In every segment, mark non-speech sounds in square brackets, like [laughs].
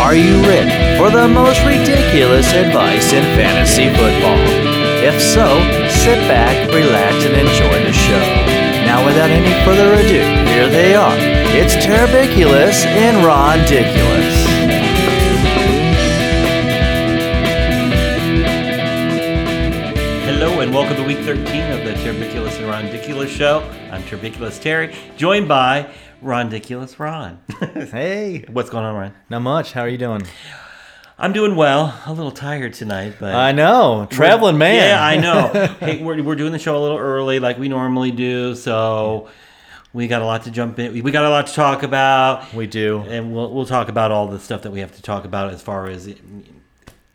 Are you ready for the most ridiculous advice in fantasy football? If so, sit back, relax, and enjoy the show. Now, without any further ado, here they are. It's Terribiculous and Ron Diculous. Hello and welcome to week 13 of the Turbiculous and Ron Diculous show. I'm Turbiculous Terry, joined by Ron Diculous Ron. Hey, [laughs] What's going on, Ron? not much. How are you doing? I'm doing well. A little tired tonight, but I know, traveling man. Yeah, [laughs] I [laughs] know. hey, we're, we're doing the show a little early, like we normally do, so we got a lot to jump in. We got a lot to talk about, We do. and we'll we'll talk about all the stuff that we have to talk about as far as.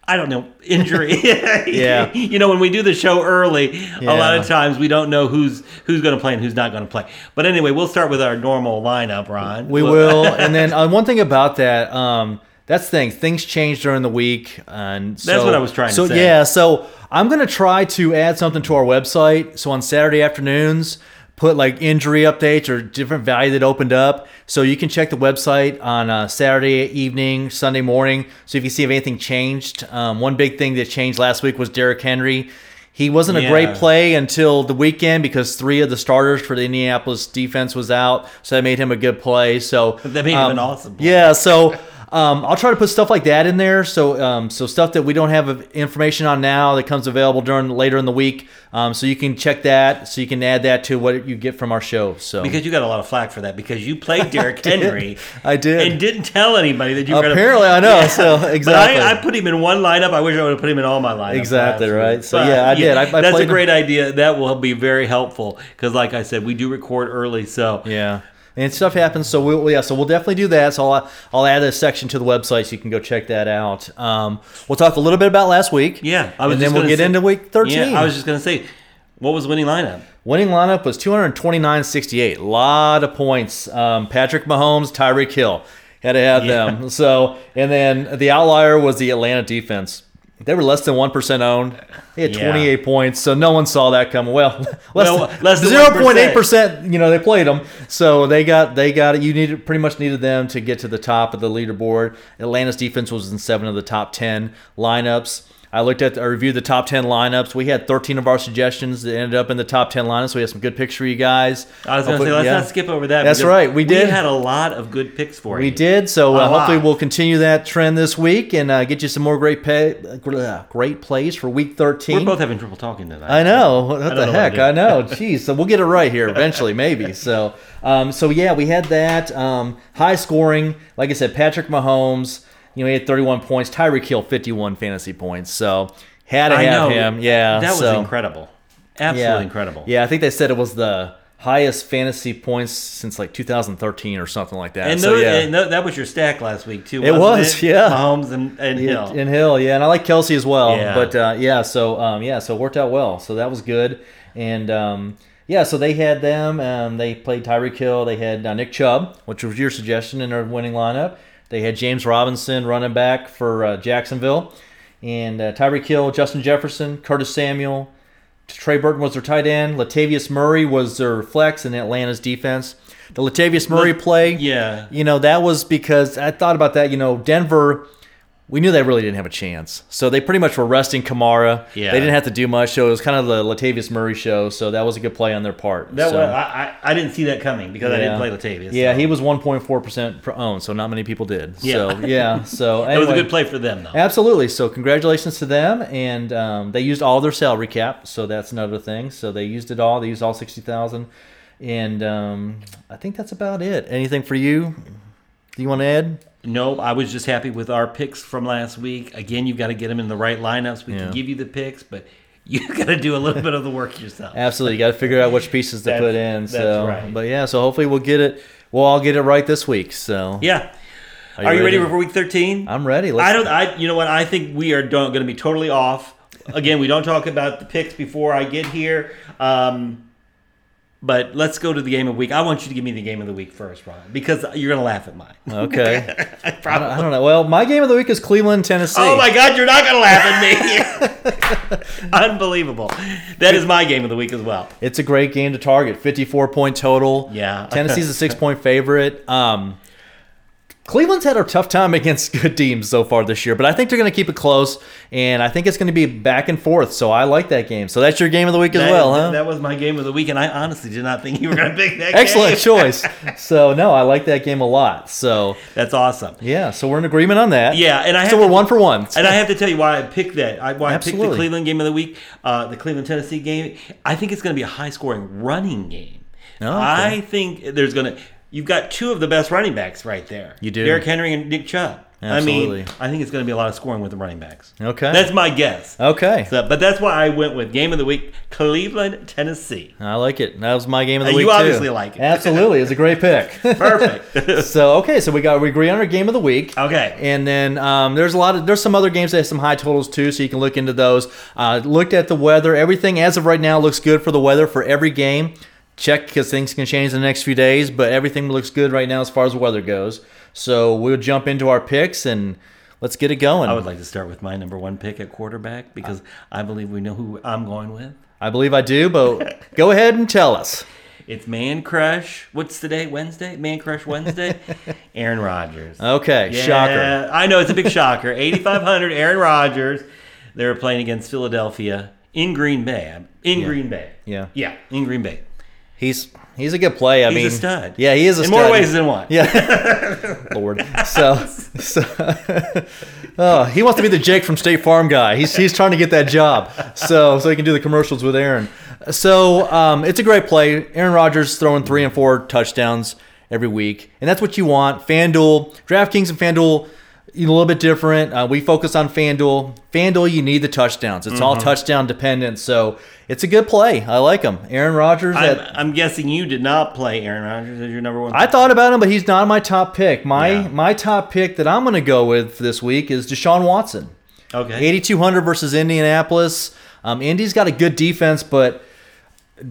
I don't know [laughs] injury. Yeah. you know when we do the show early, a Yeah. lot of times we don't know who's who's going to play and who's not going to play. But anyway, we'll start with our normal lineup, Ron. We will. and then uh, one thing about that, um, that's the thing. Things change during the week, and so, what I was trying to so, say. yeah, so I'm gonna try to add something to our website. So on Saturday afternoons, put like injury updates or different value that opened up, so you can check the website on uh, Saturday evening, Sunday morning. So if you see if anything changed, um, one big thing that changed last week was Derrick Henry. He wasn't a great Yeah. player play until the weekend because three of the starters for the Indianapolis defense was out, so that made him a good play. So That made him um, an awesome play. Yeah, so um, I'll try to put stuff like that in there. So um, so stuff that we don't have of- information on now that comes available during later in the week. Um, so you can check that. So you can add that to what you get from our show. So [laughs] Because you got a lot of flack for that because you played [laughs] Derrick did. Henry. I did. And didn't tell anybody that you were Apparently, I gonna, know, so exactly. But I, I put him in one lineup. I wish I would have put him in all my lineups. Exactly, last right. week. So, yeah, I did. I- I that's played a him. great idea. That will be very helpful because, like I said, we do record early. So yeah. And stuff happens, so we'll yeah, so we'll definitely do that. So I'll, I'll add a section to the website so you can go check that out. Um, we'll talk a little bit about last week. yeah, I was. and just then we'll gonna get say- into week thirteen. Yeah, I was just gonna say, what was the winning lineup? Winning lineup was 229.68. A lot of points. Um, Patrick Mahomes, Tyreek Hill. Had to have Yeah. them. [laughs] So, and then the outlier was the Atlanta defense. They were less than 1% owned. They had Yeah. 28 points, so no one saw that coming. Well, [laughs] less, Well, than, less than 0.8%, you know, they played them. So they got, they got it. You needed, pretty much needed them to get to the top of the leaderboard. Atlanta's defense was in seven of the top 10 lineups. I looked at, I reviewed the top 10 lineups. We had 13 of our suggestions that ended up in the top 10 lineups. We had some good picks for you guys. I was gonna Hopefully- say, let's yeah. not skip over that. That's because right, we did. We had a lot of good picks for We you. did. So uh, A lot. hopefully we'll continue that trend this week and uh, get you some more great pay, uh, great plays for week 13. We're both having trouble talking tonight. I know. What don't the know what heck? to do. I [laughs] know. Jeez. So we'll get it right here eventually, maybe. So, um, so yeah, we had that um, high scoring. Like I said, Patrick Mahomes. You know, he had 31 points. Tyreek Hill 51 fantasy points. So had to I have know him. Yeah. that was so- incredible. Absolutely yeah. incredible. Yeah, I think they said it was the highest fantasy points since like 2013 or something like that. And, so those- yeah. and tho- that was your stack last week too. It wasn't was, yeah. Mahomes and, and Hill. And Hill, yeah, and I like Kelsey as well. Yeah. But uh, yeah, so um, yeah, so it worked out well. So that was good. And um, yeah, so they had them. Um, they played Tyreek Hill. They had uh, Nick Chubb, which was your suggestion in their winning lineup. They had James Robinson running back for uh, Jacksonville, and uh, Tyreek Hill, Justin Jefferson, Curtis Samuel, Trey Burton was their tight end. Latavius Murray was their flex in Atlanta's defense. The Latavius Murray play, yeah. you know, that was because I thought about that. You know, Denver, we knew they really didn't have a chance, so they pretty much were resting Kamara. Yeah. they didn't have to do much. So it was kind of the Latavius Murray show. So that was a good play on their part. That so, was, I, I I didn't see that coming because I didn't play Latavius. Yeah, so. he was 1.4 percent owned, so not many people did. Yeah. So [laughs] yeah, so That was a anyway. good play for them though. Absolutely. So congratulations to them, and um, they used all their salary cap, so that's another thing. So they used it all. They used all sixty thousand, and um, I think that's about it. Anything for you? Do you want to add? No, I was just happy with our picks from last week. Again, you've got to get them in the right lineups. We Yeah. can give you the picks, but you [laughs] got to do a little bit of the work yourself. Absolutely. You got to figure out which pieces to That's- put in. that's So, right. but yeah. So hopefully we'll get it. We'll all get it right this week. So Yeah. Are you, ready? for week 13? I'm ready. I don't I you know what? I think we are don't, going to be totally off. Again, we don't talk about the picks before I get here. Um but let's go to the game of the week. I want you to give me the game of the week first, Ron, because you're going to laugh at mine. [laughs] Okay. I probably I don't know. Well, my game of the week is Cleveland, Tennessee. [laughs] Oh my God, you're not going to laugh at me. [laughs] Unbelievable. That is my game of the week as well. It's a great game to target. 54 point total. Yeah. Tennessee's a six point favorite. Um, Cleveland's had a tough time [laughs] against good teams so far this year, but I think they're going to keep it close, and I think it's going to be back and forth. So I like that game. So that's your game of the week as That- well, huh? That was my game of the week, and I honestly did not think you were going to pick that game. Excellent choice. So no, I like that game a lot. So That's awesome. yeah, so we're in agreement on that. Yeah, and I have so we're to- one for one. And I have to tell you why I picked that. I, why I picked Absolutely. the Cleveland game of the week, uh, the Cleveland Tennessee game. I think it's going to be a high scoring running game. Oh, okay. I think there's going to. You've got two of the best running backs right there. You do. Derrick Henry and Nick Chubb. I Absolutely. mean, I think it's going to be a lot of scoring with the running backs. okay. That's my guess. okay. So, but that's why I went with game of the week, Cleveland, Tennessee. I like it. That was my game of the Uh, you week. obviously too. like it. Absolutely, it's a great [laughs] pick. [laughs] Perfect. so okay, so we got we agree on our game of the week. Okay. and then um, there's a lot of there's some other games that have some high totals too, so you can look into those. Uh, looked at the weather. Everything as of right now looks good for the weather for every game. Check because things can change in the next few days, but everything looks good right now as far as the weather goes. So we'll jump into our picks and let's get it going. I would like to start with my number one pick at quarterback because I believe we know who I'm going with. I believe I do, [laughs] but go ahead and tell us. It's Man Crush. What's today? Wednesday? Man [laughs] Crush Wednesday? Aaron Rodgers. Oh, Okay, Yeah, shocker. I know it's a big shocker. 8,500, Aaron Rodgers. They were playing against Philadelphia in Green Bay. In Green Bay. Yeah. Yeah, in Green Bay. He's he's a good play. I He's mean, a stud. Yeah, he is a in stud. more ways than one. Yeah. Lord. So, so [laughs] oh, he wants to be the Jake from State Farm guy. He's, he's trying to get that job so so he can do the commercials with Aaron. So um, it's a great play. Aaron Rodgers throwing three and four touchdowns every week, and that's what you want. FanDuel, DraftKings, and FanDuel. you know, A little bit different. Uh, we focus on FanDuel. FanDuel, you need the touchdowns. It's all touchdown dependent. So it's a good play. I like him. Aaron Rodgers. I'm, at, I'm guessing you did not play Aaron Rodgers as your number one. I thought about him, but he's not my top pick. My Yeah. my top pick that I'm going to go with for this week is Deshaun Watson. okay. 8,200 versus Indianapolis. Um, Indy's got a good defense, but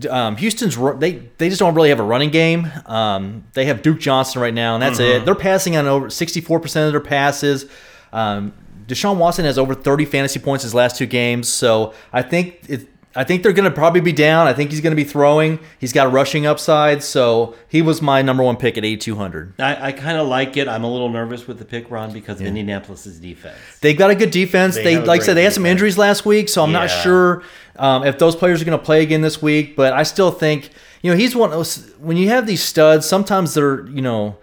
um, Houston's ru- they they just don't really have a running game. Um, they have Duke Johnson right now, and that's it. They're passing on over 64 percent of their passes. Um, Deshaun Watson has over 30 fantasy points his last two games, so I think it. I think they're going to probably be down. I think he's going to be throwing. He's got a rushing upside, so he was my number one pick at 8,200. I, I kind of like it. I'm a little nervous with the pick, Ron, because of Indianapolis' defense. They've got a good defense. They, They have a like I said, great they had some defense. injuries last week, so I'm not Yeah. sure um, if those players are going to play again this week. But I still think you know he's one. of those- When you have these studs, sometimes they're you know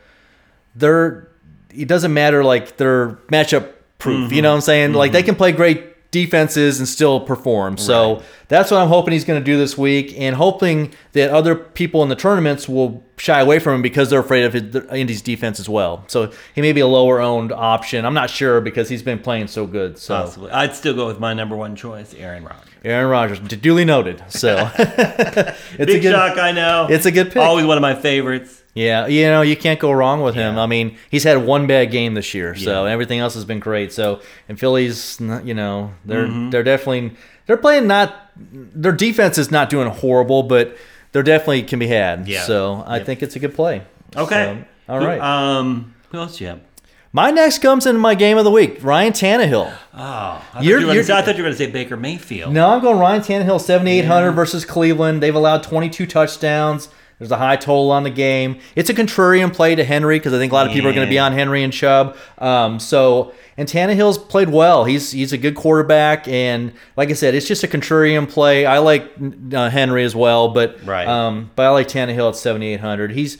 they're it doesn't matter like they're matchup proof. Mm-hmm. You know what I'm saying? Like they can play great defenses and still perform. So that's what I'm hoping he's going to do this week, and hoping that other people in the tournaments will shy away from him because they're afraid of his, the- Indy's defense as well. So he may be a lower owned option. I'm not sure because he's been playing so good. So Possibly. I'd still go with my number one choice, Aaron Rodgers. Aaron Rodgers, d- duly noted. So [laughs] it's a Big good. shock, I know. it's a good pick. Always one of my favorites. Yeah, you know, you can't go wrong with him. Yeah. I mean, he's had one bad game this year, so everything else has been great. So, and Philly's, not- you know, they're Mm-hmm. they're definitely they're playing not their defense is not doing horrible, but they're definitely can be had. Yeah. So, I Yep. think it's a good play. Okay. So, all Who- right. Um, who else do you have? my next comes into my game of the week, Ryan Tannehill. Oh, I thought, You're- you were gonna you're- say- I thought you were going to say Baker Mayfield. No, I'm going Ryan Tannehill, 7,800 versus Cleveland. They've allowed 22 touchdowns. There's a high total on the game. It's a contrarian play to Henry because I think a lot of people are going to be Yeah. on Henry and Chubb. Um, so, and Tannehill's played well. He's he's a good quarterback, and like I said, it's just a contrarian play. I like uh, Henry as well, but Right. Um, but I like Tannehill at 7,800. He's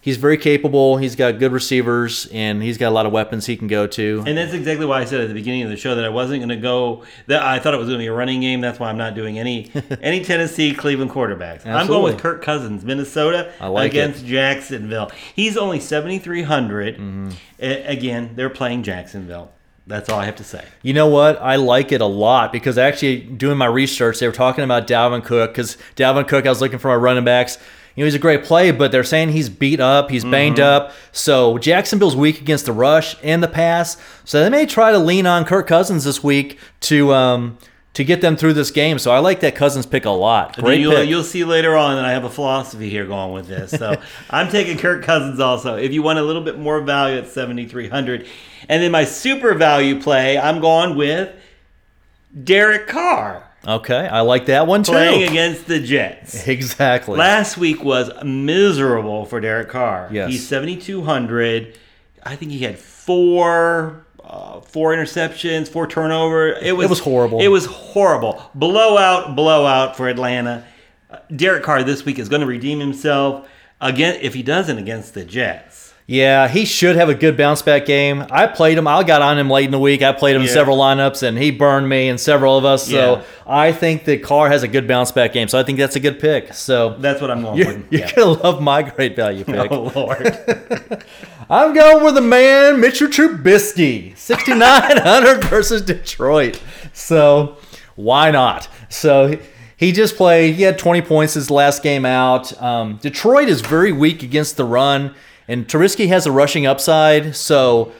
he's very capable. He's got good receivers, and he's got a lot of weapons he can go to. And that's exactly why I said at the beginning of the show that I wasn't going to go. That I thought it was going to be a running game. That's why I'm not [laughs] doing any any Tennessee Cleveland quarterbacks. I'm going Absolutely. with Kirk Cousins, Minnesota I like it. against Jacksonville. He's only 7,300. Mm-hmm. A- Again, they're playing Jacksonville. That's all I have to say. You know what? I like it a lot because actually doing my research, they were talking about Dalvin Cook because Dalvin Cook, I was looking for my running backs. You know, he's a great play, but they're saying he's beat up, he's banged Mm-hmm. up. So Jacksonville's weak against the rush and the pass. So they may try to lean on Kirk Cousins this week to um, to get them through this game. So I like that Cousins pick a lot. Great you'll, pick. you'll see later on that I have a philosophy here going with this. So I'm taking Kirk Cousins also. If you want a little bit more value at 7,300. And then my super value play, I'm going with Derek Carr Okay, I like that one too. playing against the Jets. [laughs] Exactly. Last week was miserable for Derek Carr. Yes. He's 7,200. I think he had four uh, four interceptions, four turnover. It was was horrible. It was horrible. Blowout, blowout for Atlanta. Uh, Derek Carr this week is going to redeem himself again if he doesn't against the Jets. Yeah, he should have a good bounce back game. I played him. I got on him late in the week. I played him in Yeah. several lineups, and he burned me and several of us. Yeah. So I think that Carr has a good bounce back game. So I think that's a good pick. So That's what I'm going you're, with. [laughs] you're Yeah. gonna love my great [laughs] value pick. Oh Lord. [laughs] I'm going with the man, Mitchell Trubisky, [laughs] 6,900 versus Detroit. So why not? So he- he just played. He had 20 points his last game out. Um, Detroit is very weak against the run, and Trubisky has a rushing upside. So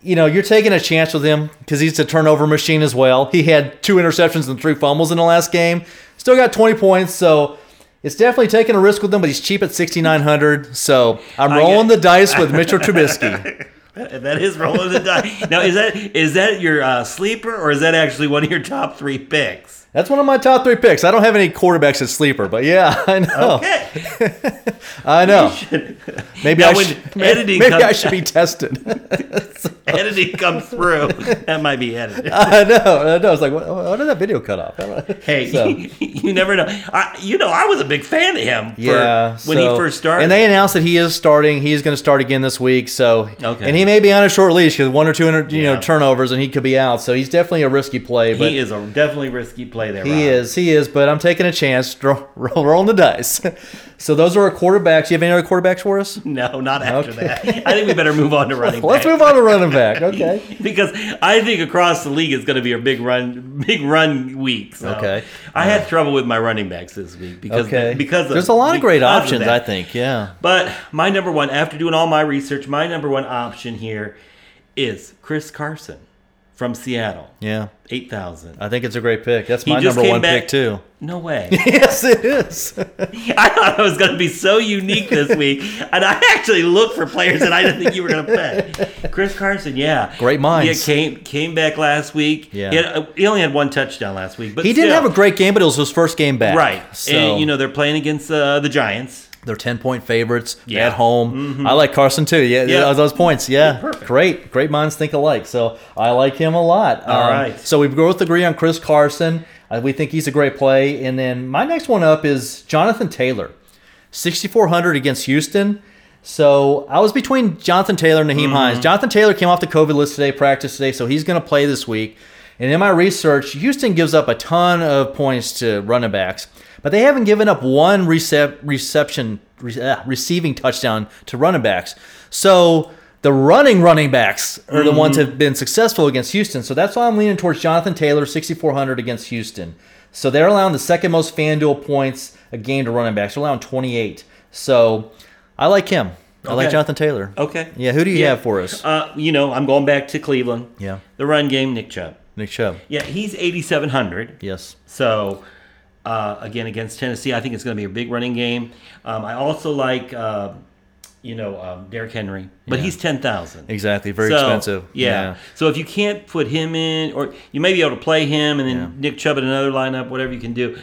you know, you're taking a chance with him because he's a turnover machine as well. He had two interceptions and three fumbles in the last game. Still got 20 points, so it's definitely taking a risk with him, but he's cheap at 6,900. So I'm I rolling get- the dice [laughs] with Mitchell Trubisky. that is rolling the dice. Now is that is that your uh, sleeper or is that actually one of your top three picks? That's one of my top three picks. I don't have any quarterbacks at sleeper, but yeah, [laughs] I know. Okay. I know. Maybe, Now I, when should, editing maybe, maybe I comes- should be tested. [laughs] [laughs] editing comes through. That might be edited. I know. I know. It's like, what, what did that video cut off? I don't know. Hey, So. [laughs] you never know. I, you know, I was a big fan of him. For, Yeah, when so- he first started. and they announced that he is starting. He is going to start again this week. So, Okay. and he may be on a short leash because one or two, inter, you Yeah. know, turnovers, and he could be out. So he's definitely a risky play. But he is a definitely risky play there. Rob. he is, he is. But I'm taking a chance, [laughs] roll, rolling the dice. [laughs] so those are our quarterbacks. You have any other quarterbacks for us? [laughs] No, not after Okay. that. I think we better [laughs] move on to running. Let's back. move on to [laughs] running back. Okay. because I think across the league it's going to be a big run, big run week. So Okay. Uh. I had trouble with my running backs this week because Okay. because of, there's a lot of great because options, that. I think. Yeah. But my number one, after doing all my research, my number one option here is Chris Carson from Seattle, Yeah. eight thousand. I think it's a great pick. That's He my just number came one back- pick [laughs] too. [laughs] No way. yes, it is. I thought I was going to be so unique this week, and I actually looked for players that I didn't think you were going to [laughs] pick. Chris Carson, yeah, Great minds. Yeah, came came back last week. Yeah. he, had- uh, he only had one touchdown last week, but He didn't still. have a great game, but it was his first game back. right. [laughs] So and you know they're playing against uh, the Giants. They're ten point favorites They're Yeah. Mm-hmm. at home. I like Carson too. Yeah, Yeah. those points. Yeah, perfect. great, great minds think alike. So I like him a lot. All right. Um, So we both agree on Chris Carson. Uh, we think he's a great play. And then my next one up is Jonathan Taylor, sixty four hundred against Houston. So I was between Jonathan Taylor and Naheem Mm-hmm. Hines. Jonathan Taylor came off the COVID list today, practice today, so he's going to play this week. And in my research, Houston gives up a ton of points to running backs, but they haven't given up one recep- reception re- uh, receiving touchdown to running backs. So the running running backs are the ones Mm-hmm. that have been successful against Houston. So that's why I'm leaning towards Jonathan Taylor, 6,400 against Houston. So they're allowing the second most FanDuel points a game to running backs. They're allowing 28. So I like him. I like Okay. Jonathan Taylor. Okay. Yeah, who do you Yeah. have for us? Uh, you know, I'm going back to Cleveland. Yeah. The run game, Nick Chubb. Nick Chubb. Yeah, he's 8,700. Yes. So, uh, again, against Tennessee, I think it's going to be a big running game. Um, I also like, uh, you know, um, Derrick Henry, but he's 10,000. Exactly. Very So, expensive. Yeah. So if you can't put him in, or you may be able to play him and then Nick Chubb in another lineup, whatever you can do.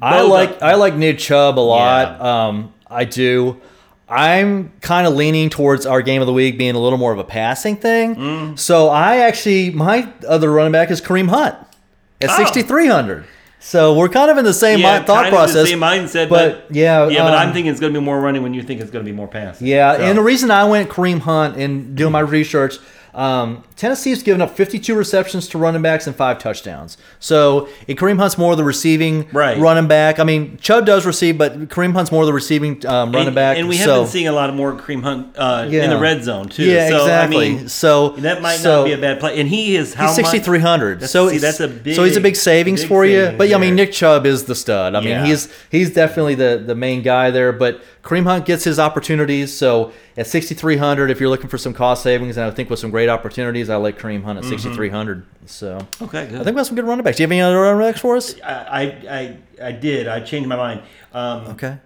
I Both like of- I like Nick Chubb a lot. Um, I do. I'm kind of leaning towards our game of the week being a little more of a passing thing. Mm. So I actually my other running back is Kareem Hunt at Oh. 6,300. So we're kind of in the same Yeah, mi- thought kind of the process. same mindset, but, yeah, yeah. but um, I'm thinking it's going to be more running when you think it's going to be more passing. Yeah, So- and the reason I went Kareem Hunt and doing my research, um, Tennessee's given up 52 receptions to running backs and five touchdowns. So and Kareem Hunt's more of the receiving Right. running back. I mean, Chubb does receive, but Kareem Hunt's more of the receiving um, running and, back. and we have so, been seeing a lot of more Kareem Hunt uh, in Yeah. the red zone too. Yeah, so, exactly. I mean, so that might so not be a bad play. And he is how He's much? 6,300. That's- So see, it's- that's a so he's a big big- savings big for you. savings But yeah, I mean, there. Nick Chubb is the stud. I Yeah. mean, he's he's definitely the the main guy there. But Kareem Hunt gets his opportunities. So at 6,300, if you're looking for some cost savings, and I think with some great opportunities, I like Kareem Mm-hmm. Hunt at 6,300. So Okay, good. I think we have some good running backs. Do you have any other running backs for us? I, I I did. I changed my mind. Um, Okay.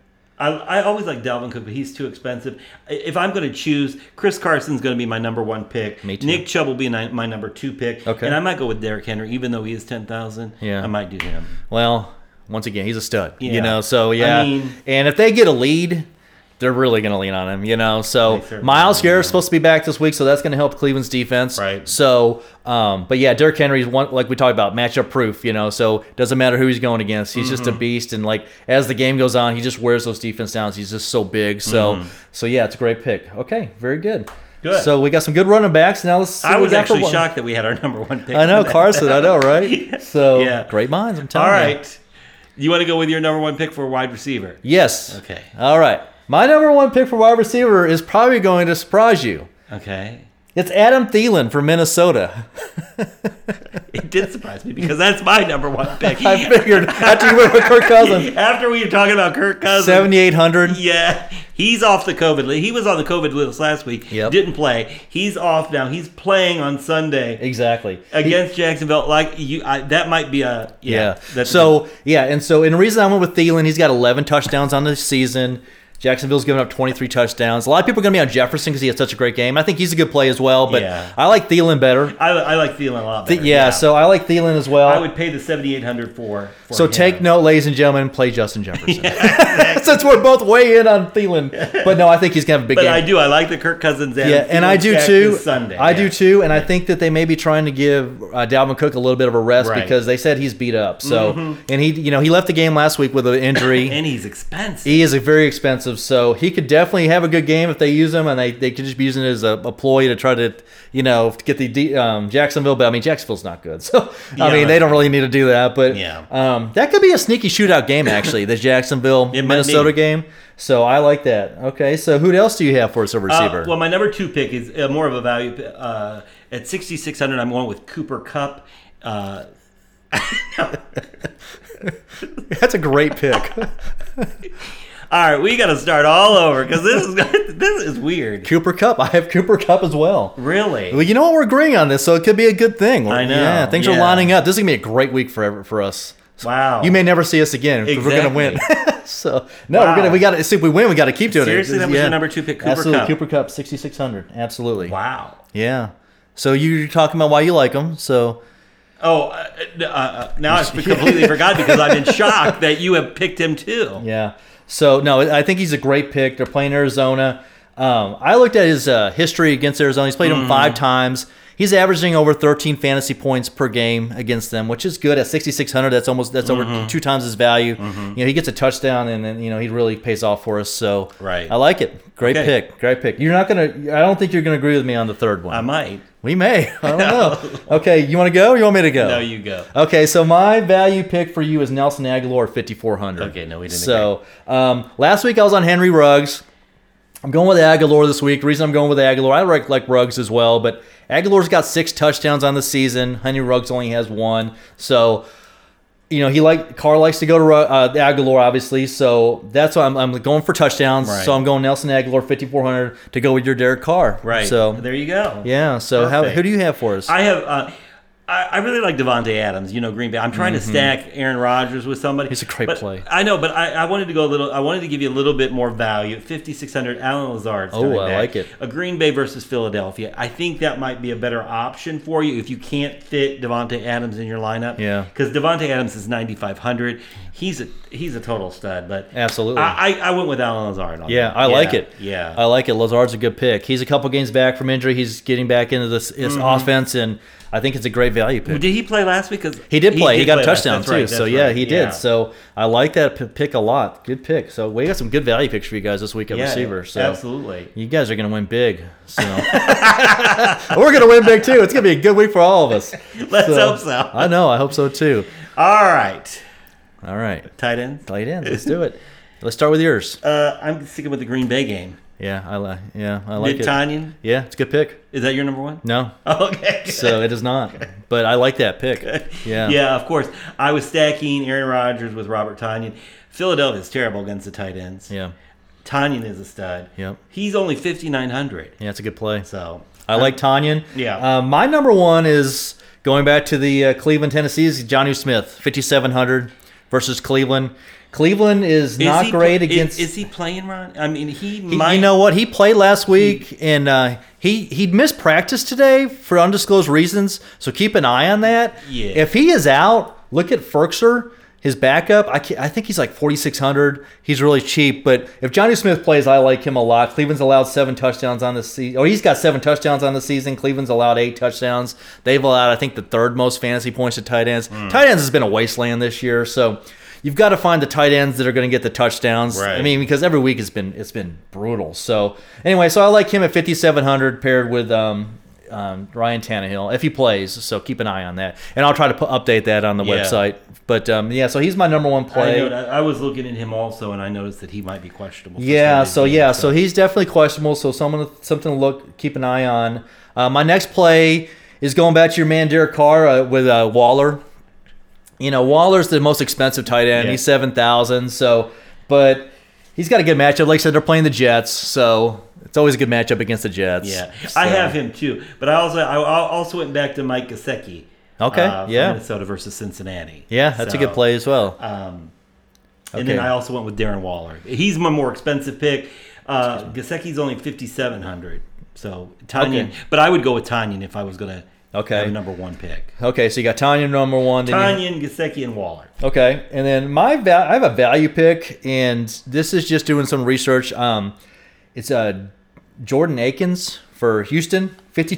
I, I always like Dalvin Cook, but he's too expensive. I- If I'm going to choose, Chris Carson's going to be my number one pick. Me too. Nick Chubb will be my my number two pick. Okay. And I might go with Derrick Henry, even though he is ten thousand. Yeah. I might do him. Well, once again, he's a stud. Yeah. You know, so I yeah. mean- and if they get a lead, they're really going to lean on him, you know. So They certainly Miles are, Garrett's yeah. supposed to be back this week, so that's going to help Cleveland's defense. Right. So, um, but yeah, Derrick Henry's one like we talked about matchup proof, you know. So doesn't matter who he's going against, he's just a Mm-hmm. beast, and like as the game goes on, he just wears those defense downs. He's just so big. So, so yeah, it's a great pick. Okay, very good. Mm-hmm. Good. So we got some good running backs. Now let's. See I what we was got for actually one. shocked that we had our [laughs] number one pick. I know on that. Carson. I know, right? So [laughs] Yeah. great minds. I'm telling All you. right. You want to go with your number one pick for a wide receiver? Yes. Okay. All right. My number one pick for wide receiver is probably going to surprise you. Okay. It's Adam Thielen from Minnesota. [laughs] It did surprise me because that's my number one pick. [laughs] I figured after you went with Kirk [laughs] Cousins, After we were talking about Kirk Cousins, 7,800. Yeah, he's off the COVID list. He was on the COVID list last week. Yep. Didn't play. He's off now. He's playing on Sunday Exactly. against Jacksonville. Like you, I, that might be a Uh, yeah. Yeah. That's so yeah, and so and the reason I went with Thielen, he's got 11 touchdowns on the season. Jacksonville's given up 23 touchdowns. A lot of people are going to be on Jefferson because he had such a great game. I think he's a good play as well, but Yeah. I like Thielen better. I, I like Thielen a lot. Th- Better. yeah, so I like Thielen as well. I would pay the seventy eight hundred for. for So him. take note, ladies and gentlemen, and play Justin [laughs] Jefferson. [laughs] Since we're both way in on Thielen, but no, I think he's gonna have a big But game. I do. I like the Kirk Cousins. And yeah, and I Thielen do stack too. this Sunday. I Yeah. do too, and I think that they may be trying to give uh, Dalvin Cook a little bit of a rest Right. Mm-hmm. because they said he's beat up. So, and he, you know, he left the game last week with an injury. [laughs] And he's expensive. he E is a very expensive, so he could definitely have a good game if they use him, and they, they could just be using it as a, a ploy to try to, you know, get the D, um, Jacksonville. But I mean, Jacksonville's not good, [laughs] so I Yeah, mean, they right. don't really need to do that. But Yeah. um, that could be a sneaky shootout game actually, the Jacksonville It might Minnesota be. game. So I like that. Okay, so who else do you have for us a Uh, receiver? well, my number two pick is uh, more of a value. p- Uh, at 6,600, I'm going with Cooper Cup. Uh, [laughs] That's a great pick. [laughs] all right, we got to start all over because this is [laughs] this is weird. Cooper Cup. I have Cooper Cup as well. Well, Really? you know what? We're agreeing on this, so it could be a good thing. I know, Yeah, things are yeah. lining up. This is gonna be a great week for for us. Wow. You may never see us again. 'cause We're gonna win. [laughs] so no, we're Wow. gonna we got to see if we win. We got to keep doing Seriously, it. that was your number two pick, Cooper Absolutely, Kupp. Cooper Cup, sixty six hundred. Absolutely. Wow. Yeah. So you're talking about why you like him. So Oh, uh, uh, uh, [laughs] now I completely forgot because I'm in shock that you have picked him too. yeah. So no, I think he's a great pick. They're playing Arizona. Um, I looked at his uh, history against Arizona. He's played them Hmm. five times. He's averaging over 13 fantasy points per game against them, which is good at 6,600. That's almost that's over Mm-hmm. two times his value. You know, he gets a touchdown, and then you know he really pays off for us. So Right. I like it. Great Okay. pick. Great pick. You're not gonna. I don't think you're gonna agree with me on the third one. I might. we may. [laughs] I don't [laughs] know. Okay, you want to go? or You want me to go? No, you go. Okay, so my value pick for you is Nelson Aguilar, fifty four hundred. Okay, no, we didn't So um, last week I was on Henry Ruggs. I'm going with Aguilar this week. The reason I'm going with Aguilar, I like, like Ruggs as well, but Aguilar's got six touchdowns on the season. Henry Ruggs only has one, so you know he like Carr likes to go to Ru- uh, Aguilar, obviously. So that's why I'm, I'm going for touchdowns. Right. So I'm going Nelson Aguilar, fifty four hundred, to go with your Derek Carr. Right. So there you go. yeah. So how, Perfect. who do you have for us? I have. Uh, I, I really like Devonte Adams. You know, Green Bay. I'm trying to stack Aaron Rodgers with somebody. Mm-hmm. He's a great But- play. I know, but I, I wanted to go a little. I wanted to give you a little bit more value. 5600. Alan Lazard. Oh, I like it. A Green Bay versus Philadelphia. I think that might be a better option for you if you can't fit Devonte Adams in your lineup. Yeah. Because Devonte Adams is 9500. He's a he's a total stud. But Absolutely. I, I, I went with Alan Lazard. On Yeah, that. I like it. Yeah. I like it. Lazard's a good pick. He's a couple games back from injury. He's getting back into this, this Mm-hmm. offense, and I think it's a great value pick. did he play last week? 'Cause He did play. He, got a play last- touchdown that's too. right, so that's yeah, right. he Yeah. did. So I like that p- pick a lot. Good pick. So we got some good value picks for you guys this week at Yeah, receiver. So absolutely. you guys are gonna win big. [laughs] So [laughs] we're gonna win big too. It's gonna be a good week for all of us. [laughs] Let's hope so. I know. I hope so too. All right, All right, tight end. tight end. Let's do [laughs] it. Let's start with yours. Uh, I'm sticking with the Green Bay game. Yeah, I like. Yeah, I like Did it. Tanyan? Yeah, it's a good pick. Is that your number one? No, [laughs] Okay. So it is [laughs] not. But I like that pick. Yeah. yeah, of course. I was stacking Aaron Rodgers with Robert Tanyan. Philadelphia is terrible against the tight ends. Yeah. Tanyan is a stud. Yep. He's only 5,900. Yeah, it's a good play. So I like Tanyan. Yeah. Uh, my number one is going back to the uh, Cleveland, Tennessee's Johnny Smith, 5,700 versus Cleveland. Cleveland is, Is not he pl- great is- against. Is, he playing Ron? I mean, he, He- might. you know what? He played last week, and uh, he he missed practice today for undisclosed reasons. So keep an eye on that. Yeah. If he is out, look at Ferkser. His backup, I, ca- I think he's like 4,600. He's really cheap, but if Johnny Smith plays, I like him a lot. Cleveland's allowed seven touchdowns on the season. Oh, he's got seven touchdowns on the season. Cleveland's allowed eight touchdowns. They've allowed, I think, the third most fantasy points to tight ends. Hmm. Tight ends has been a wasteland this year, so you've got to find the tight ends that are going to get the touchdowns. Right. I mean, because every week has been it's been brutal. So anyway, so I like him at 5,700 paired with um, um, Ryan Tannehill if he plays. So keep an eye on that, and I'll try to pu- update that on the Yeah. website. But um, yeah, so he's my number one I, play. know- I was looking at him also, and I noticed that he might be questionable. for Yeah, Sunday's so game, yeah, so he's definitely questionable. So someone something to look keep an eye on. Uh, my next play is going back to your man Derek Carr uh, with uh, Waller. You know, Waller's the most expensive tight end. Yeah. He's seven thousand. So, but he's got a good matchup. Like I said, they're playing the Jets, so it's always a good matchup against the Jets. Yeah, So- I have him too, but I also I I also went back to Mike Gesicki. uh, Okay, from yeah. Minnesota versus Cincinnati. Yeah, that's a So, good play as well. Um, and Okay. then I also went with Darren Waller. He's my more expensive pick. Uh, Gasecki's only fifty seven hundred, so Tanyan. Okay. But I would go with Tanyan if I was gonna Okay. have a number one pick. okay, so you got Tanya number one. then you- Tanyan, Gasecki, and Waller. Okay, and then my val- I have a value pick, and this is just doing some research. Um, it's uh, Jordan Akins for Houston, fifty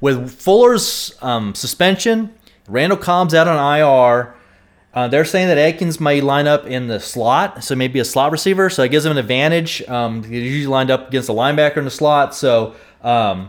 with Fuller's um, suspension. Randall Cobb's out on IR. Uh, they're saying that Akins may line up in the slot, so maybe a slot receiver. So it gives him an advantage. Um, he's usually lined up against a linebacker in the slot, so. Um,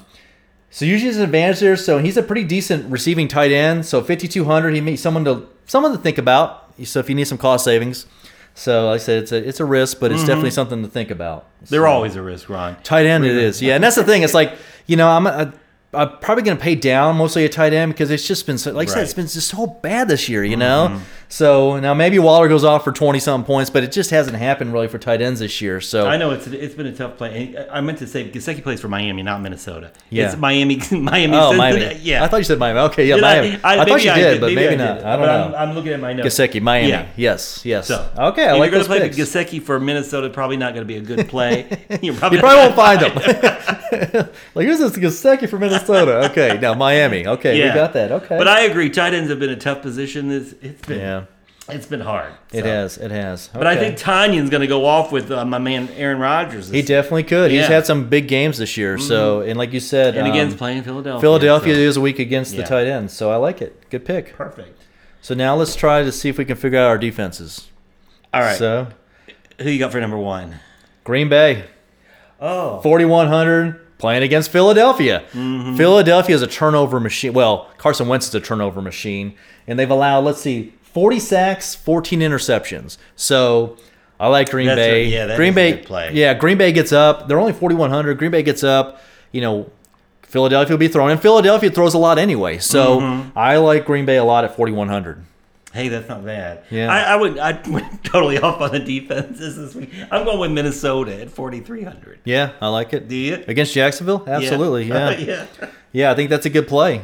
so usually it's an advantage there. So he's a pretty decent receiving tight end. So 5200, he may someone to someone to think about. So if you need some cost savings, so like I said it's a it's a risk, but it's definitely something to think about. They're always a risk, Ron. Tight end, it is. Yeah, and that's the thing. It's like you know, I'm i I'm probably going to pay down mostly a tight end because it's just been so, like I said, it's Right. Mm-hmm. been just so bad this year. You know, so now maybe Waller goes off for twenty something points, but it just hasn't happened really for tight ends this year. So I know it's it's been a tough play. I I meant to say Gasecki plays for Miami, not Minnesota. Yeah. It's Miami, [laughs] Miami. oh, Cincinnati. Miami. Yeah, I thought you said Miami. Okay, yeah, Did I- Miami. I, I- thought maybe you I did, but maybe, maybe not. did. I don't But know. I'm, I'm looking at my notes. Gasecki, Miami. Yeah. Yes, yes. So okay, I if like you're those gonna picks. play Gasecki for Minnesota, probably not going to be a [laughs] good play. [laughs] you're probably you probably won't find them. [laughs] like here's this Gasecki from Minnesota. Okay, now Miami. Okay, we got that. Okay, But I agree, tight ends have been a tough position. This it's been yeah, it's been hard. it so. has, it has. But I think Tanyan's going to go off with uh, my man Aaron Rodgers. he definitely could. He's Yeah. Mm-hmm. had some big games this year. So and like you said, and again, um, playing Philadelphia. Philadelphia so- is a week against Yeah. the tight end. So I like it. Good pick. perfect. So now let's try to see if we can figure out our defenses. All right, So who you got for number one? Green Bay. Oh, 4,100 playing against Philadelphia. Mm-hmm. Philadelphia is a turnover machine. Well, Carson Wentz is a turnover machine, and they've allowed, let's see, 40 sacks, 14 interceptions. So I like Green That's Bay. a- yeah, that Green is a Bay good play. Yeah, Green Bay gets up. They're only 4,100. Green Bay gets up. You know, Philadelphia will be thrown, and Philadelphia throws a lot anyway. So Mm-hmm. I like Green Bay a lot at 4,100. Hey, that's not bad. Yeah. I, I went I [laughs] went totally off on the defenses this week. I'm going with Minnesota at 4,300. Yeah, I like it. Do you? Against Jacksonville? [laughs] Absolutely. Yeah. Yeah, yeah. I think that's a good play.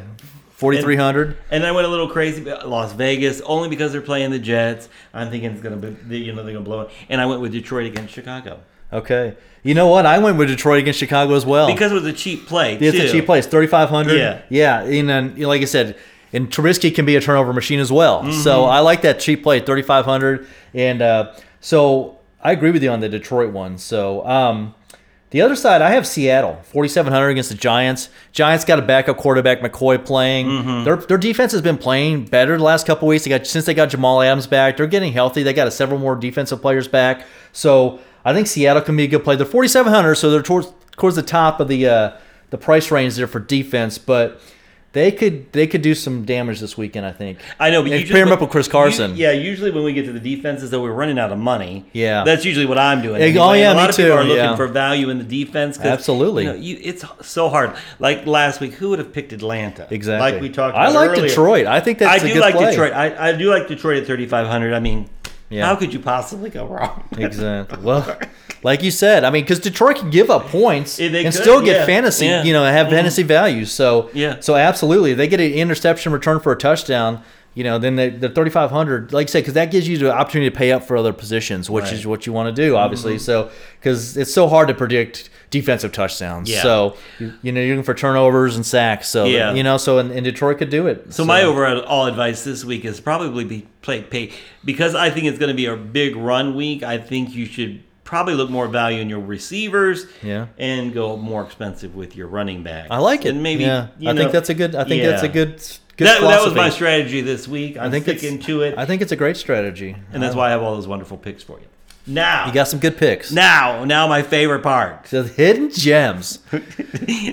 4,300. And I went a little crazy about Las Vegas only because they're playing the Jets. I'm thinking it's gonna be you know they're gonna blow it. And I went with Detroit against Chicago Okay. You know what? I went with Detroit against Chicago as well. because it was a cheap play. it's too. a cheap place, thirty five hundred. Yeah. yeah. And then, you know, like I said, and Trubisky can be a turnover machine as well. Mm-hmm. So I like that cheap play, thirty five hundred. And uh, so I agree with you on the Detroit one. So um, the other side, I have Seattle, forty seven hundred against the Giants. Giants got a backup quarterback, McCoy, playing. Mm-hmm. Their their defense has been playing better the last couple weeks. They got since they got Jamal Adams back, they're getting healthy. They got a several more defensive players back. So I think Seattle can be a good play. They're forty seven hundred, so they're towards towards the top of the uh, the price range there for defense, but they could they could do some damage this weekend. I think. I know, but And you just pair him went- up with Chris you- Carson. yeah, usually when we get to the defenses, though, we're running out of money. Yeah. that's usually what I'm doing. Eh, oh, And yeah, a lot me of people too, are looking yeah. for value in the defense. 'cause, Absolutely. you know, you- it's so hard. Like last week, who would have picked Atlanta? exactly. like we talked. I about like earlier. Detroit. I think I that's a do good like play. Detroit. I, I do like Detroit at 3,500. I mean, Yeah. how could you possibly go wrong? [laughs] Exactly. Well, like you said, I mean, because Detroit can give up points Yeah, and they could, still get yeah. fantasy, Yeah. Mm-hmm. you know, have fantasy value. So Yeah. so absolutely, they get an interception return for a touchdown. you know, then the, the 3,500, like I said, because that gives you the opportunity to pay up for other positions, which Right. Mm-hmm. is what you want to do, obviously. So, because it's so hard to predict defensive touchdowns. Yeah. So, you, you know, you're looking for turnovers and sacks. So, Yeah. you know, so, and, and Detroit could do it. So my overall advice this week is probably be play pay because I think it's going to be a big run week. I think you should probably look more value in your receivers, Yeah. and go more expensive with your running back. I like it. And maybe yeah. you I think know, that's a good, I think that's a yeah. good, good that, that was my philosophy. strategy this week. I'm I think it's- sticking to it, I think it's a great strategy. and that's why I have all those wonderful picks for you. Now, You got some good picks. now, now, my favorite part. [laughs] The hidden gems.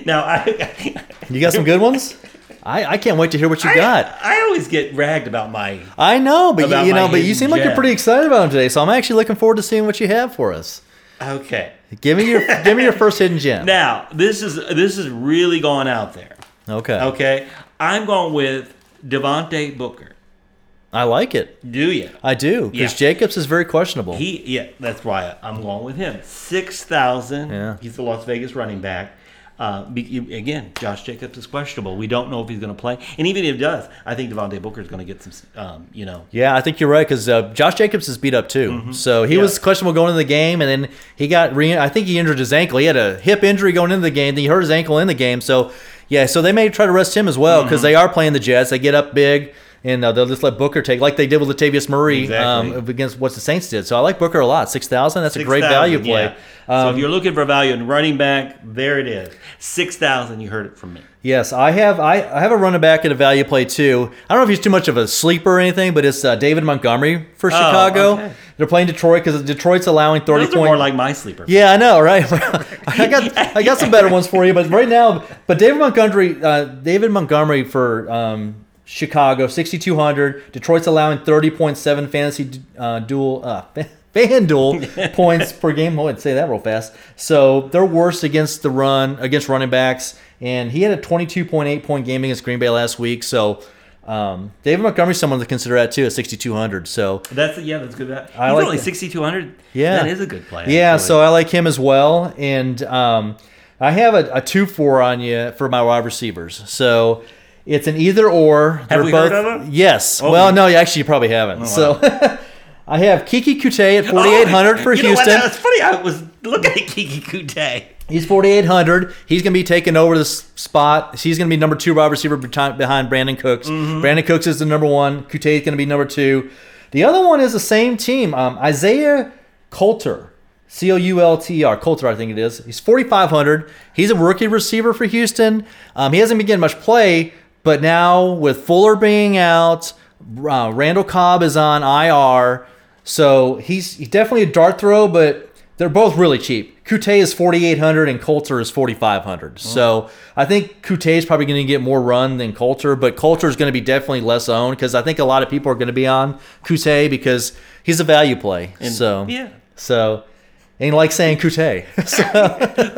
now, I, You got some good ones? I, I can't wait to hear what you got. I, I always get ragged about my I know, but About you, you my know, but you hidden seem like you're gem. pretty excited about them today, so I'm actually looking forward to seeing what you have for us. okay. Give me your give me your first hidden gem. [laughs] Now, this is this is really going out there. okay. Okay, I'm going with Devonte Booker. I like it. Do you? I do because Yeah. Jacobs is very questionable. He, yeah, that's why I'm going with him. Six thousand. Yeah. He's the Las Vegas running back. Uh, be, you- again, Josh Jacobs is questionable. We don't know if he's going to play, and even if he does, I think Devontae Booker is going to get some. Um, you know, yeah, I think you're right because uh, Josh Jacobs is beat up too. So he Mm-hmm. Yeah. was questionable going into the game, and then he got re- I think he injured his ankle. He had a hip injury going into the game. Then he hurt his ankle in the game. So yeah, so they may try to rest him as well Mm-hmm. because they are playing the Jets. They get up big. And uh, they'll just let Booker take, like they did with Latavius Murray Exactly. um, against what the Saints did. So I like Booker a lot. Six thousand, that's a great 6,000, value play. Um, yeah. so if you're looking for value in running back, there it is. Six thousand. You heard it from me. Yes, I have. I, I have a running back at a value play too. I don't know if he's too much of a sleeper or anything, but it's uh, David Montgomery for Chicago. Oh, okay. They're playing Detroit because Detroit's allowing thirty Those points. are more like my sleeper. [laughs] yeah, I know, right? I got I got some better ones for you, but right now, but David Montgomery, uh, David Montgomery for um, Chicago, sixty two hundred. Detroit's allowing thirty point seven fantasy uh, dual. Uh, [laughs] FanDuel points per game. I would say that real fast. So they're worse against the run, against running backs, and he had a 22.8 point game against Green Bay last week. So um, David Montgomery's someone to consider that too at 6,200. So That's yeah, that's good. He's like only that. sixty two hundred. Yeah. that is a good play. yeah, actually. so I like him as well. And um, I have a, a two four on you for my wide receivers. So it's an either or. They're we both, heard of them? Yes. Oh. Well, no, you actually, you probably haven't. So [laughs] I have Kiki Kute at 4,800 for Oh, you know what? Houston. That's funny. I was looking at Kiki Kute. He's 4,800. He's going to be taking over the s- spot. He's going to be number two wide receiver beti- behind Brandon Cooks. Brandon Cooks is the number one. Kute is going to be number two. The other one is the same team. Um, Isaiah Coulter, C O U L T E R, Coulter, I think it is. He's 4,500. He's a rookie receiver for Houston. Um, he hasn't been getting much play, but now with Fuller being out, uh, Randall Cobb is on IR. So he's, he's definitely a dart throw, but they're both really cheap. Kute is 4,800 and Coulter is 4,500. Oh. So I think Kute is probably going to get more run than Coulter, but Coulter is going to be definitely less owned because I think a lot of people are going to be on Kute because he's a value play. so yeah. so ain't like saying Kute. [laughs] so,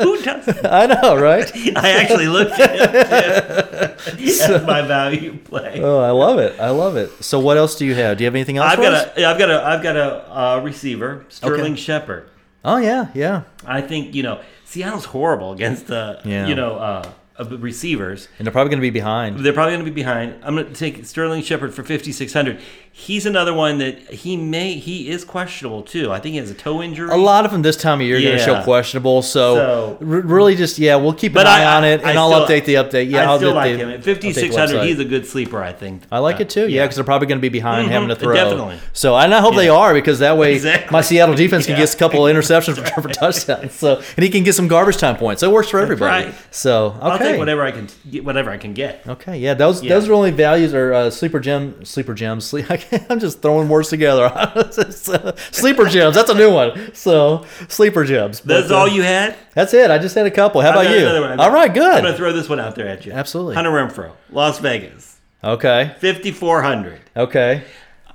Who does? [laughs] I know, right? I actually looked at [laughs] him. too. That's my value play. Oh, I love it. I love it. So what else do you have? Do you have anything else? I've for us? got a, I've got a, I've got a uh, receiver, Sterling Shepard. Oh yeah, yeah. I think you know Seattle's horrible against the Yeah. you know uh, uh, receivers. And they're probably going to be behind. They're probably going to be behind. I'm going to take Sterling Shepard for 5600. He's another one that he may he is questionable too. I think he has a toe injury. A lot of them this time of year are going to Yeah. show questionable. So, So- r- really, just yeah, we'll keep an But eye I- on it, I- and I I will still- update the update. Yeah, I I'll still update like the- him at update the 5600. website. He's a good sleeper, I think. I like it too. Yeah, because they're probably going to be behind having to Mhm, throw. definitely. So, and I hope they are because that way Exactly. my Seattle defense can [laughs] Yeah. get a couple of interceptions for, for touchdowns. So, and he can get some garbage time points. So it works for everybody. right. So, okay. I'll take whatever I can get. Whatever I can get. Okay, yeah, those Yeah. those are only values or uh, sleeper gem sleeper gems. [laughs] Sleep, I can't, I'm just throwing words together. [laughs] So, sleeper gems, that's a new one. So sleeper gems. But, That's uh, all you had. That's it. I just had a couple. How I've about got you? another one. All right, I'm gonna good. throw this one out there at you. Absolutely. Hunter Renfro, Las Vegas, Okay, 5400. okay.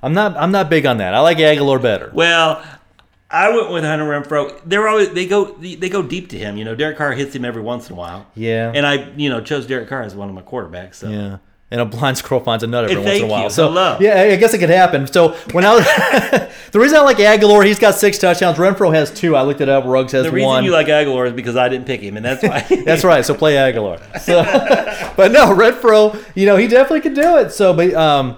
I'm not I'm not big on that. I like Aguilar better. Well, I went with Hunter Renfro. They're always they go they go deep to him. You know, Derek Carr hits him every once in a while. Yeah. And I you know chose Derek Carr as one of my quarterbacks. So Yeah. And a blind squirrel finds a nut every Hey, once in a thank while. you. So Hello. yeah, I I guess it could happen. So when I was, [laughs] the reason I like Aguilar, he's got six touchdowns. Renfro has two. I looked it up. Ruggs has the reason one. you like Aguilar is because I didn't pick him, and that's why. [laughs] [laughs] That's right. So [laughs] play Aguilar. So, but no, Renfro, you know, he definitely could do it. So, but um,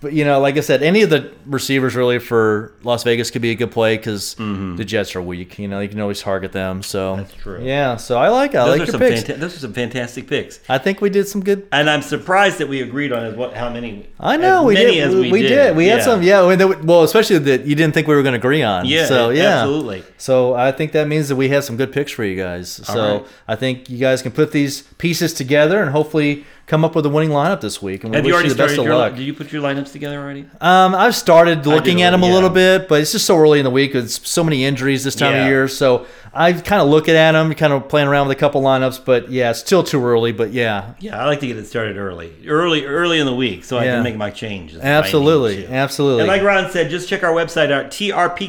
but But you know, like I said, any of the receivers really for Las Vegas could be a good play because the Jets are weak. You know, you can always target them. So Mm-hmm. That's true. Yeah, so I like I Those, like are your some picks. fanta- those are some fantastic picks. I think we did some good. And I'm surprised that we agreed on as what how many. I know as we many did. As we, we, we did. We had some. Yeah. we- that- Well, especially that you didn't think we were going to agree on. Yeah, So yeah. absolutely. So I think that means that we have some good picks for you guys. So right. I think you guys can put these pieces together and hopefully come up with a winning lineup this week. And we Have wish you already the best started of your? luck. Did you put your lineups together already? Um, I've started looking at them a yeah. little bit, but it's just so early in the week. It's so many injuries this time of Yeah. year, so I've kind of looking at them, kind of playing around with a couple lineups. But yeah, it's still too early. But yeah, Yeah, I like to get it started early, early, early in the week, so I Yeah. can make my changes. if I need absolutely, to. absolutely. And like Ron said, just check our website out,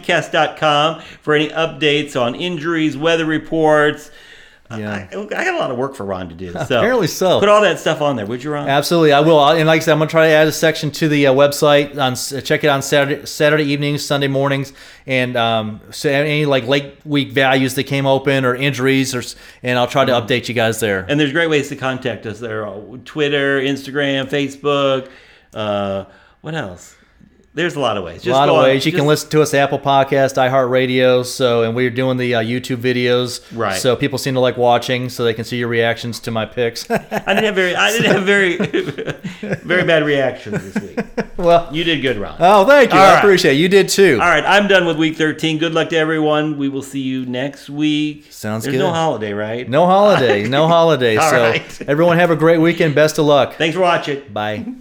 trpcast.com, for any updates on injuries, weather reports. Yeah. I, I got a lot of work for Ron to do. So Apparently so. Put all that stuff on there, would you, Ron? Absolutely, I will. I'll- And like I said, I'm gonna try to add a section to the uh, website. On s- uh, check it on Saturday, Saturday evenings, Sunday mornings, and um, so any like late week values that came open or injuries, or s- and I'll try to update you guys there. Mm-hmm. And there's great ways to contact us there uh, Twitter, Instagram, Facebook. Uh, what else? There's a lot of ways. Just a lot go of on- ways you can just- listen to us Apple Podcast, iHeartRadio. So, and we're doing the uh, YouTube videos, Right. So people seem to like watching, so they can see your reactions to my picks. I didn't have very, I didn't have very, very bad reactions this week. [laughs] well, You did good, Ron. oh, thank you, All I right. appreciate it. you did too. All right, I'm done with week 13. Good luck to everyone. We will see you next week. Sounds There's good. no holiday, right? [laughs] No holiday, no holiday. All so, right. everyone have a great weekend. Best of luck. Thanks for watching. Bye.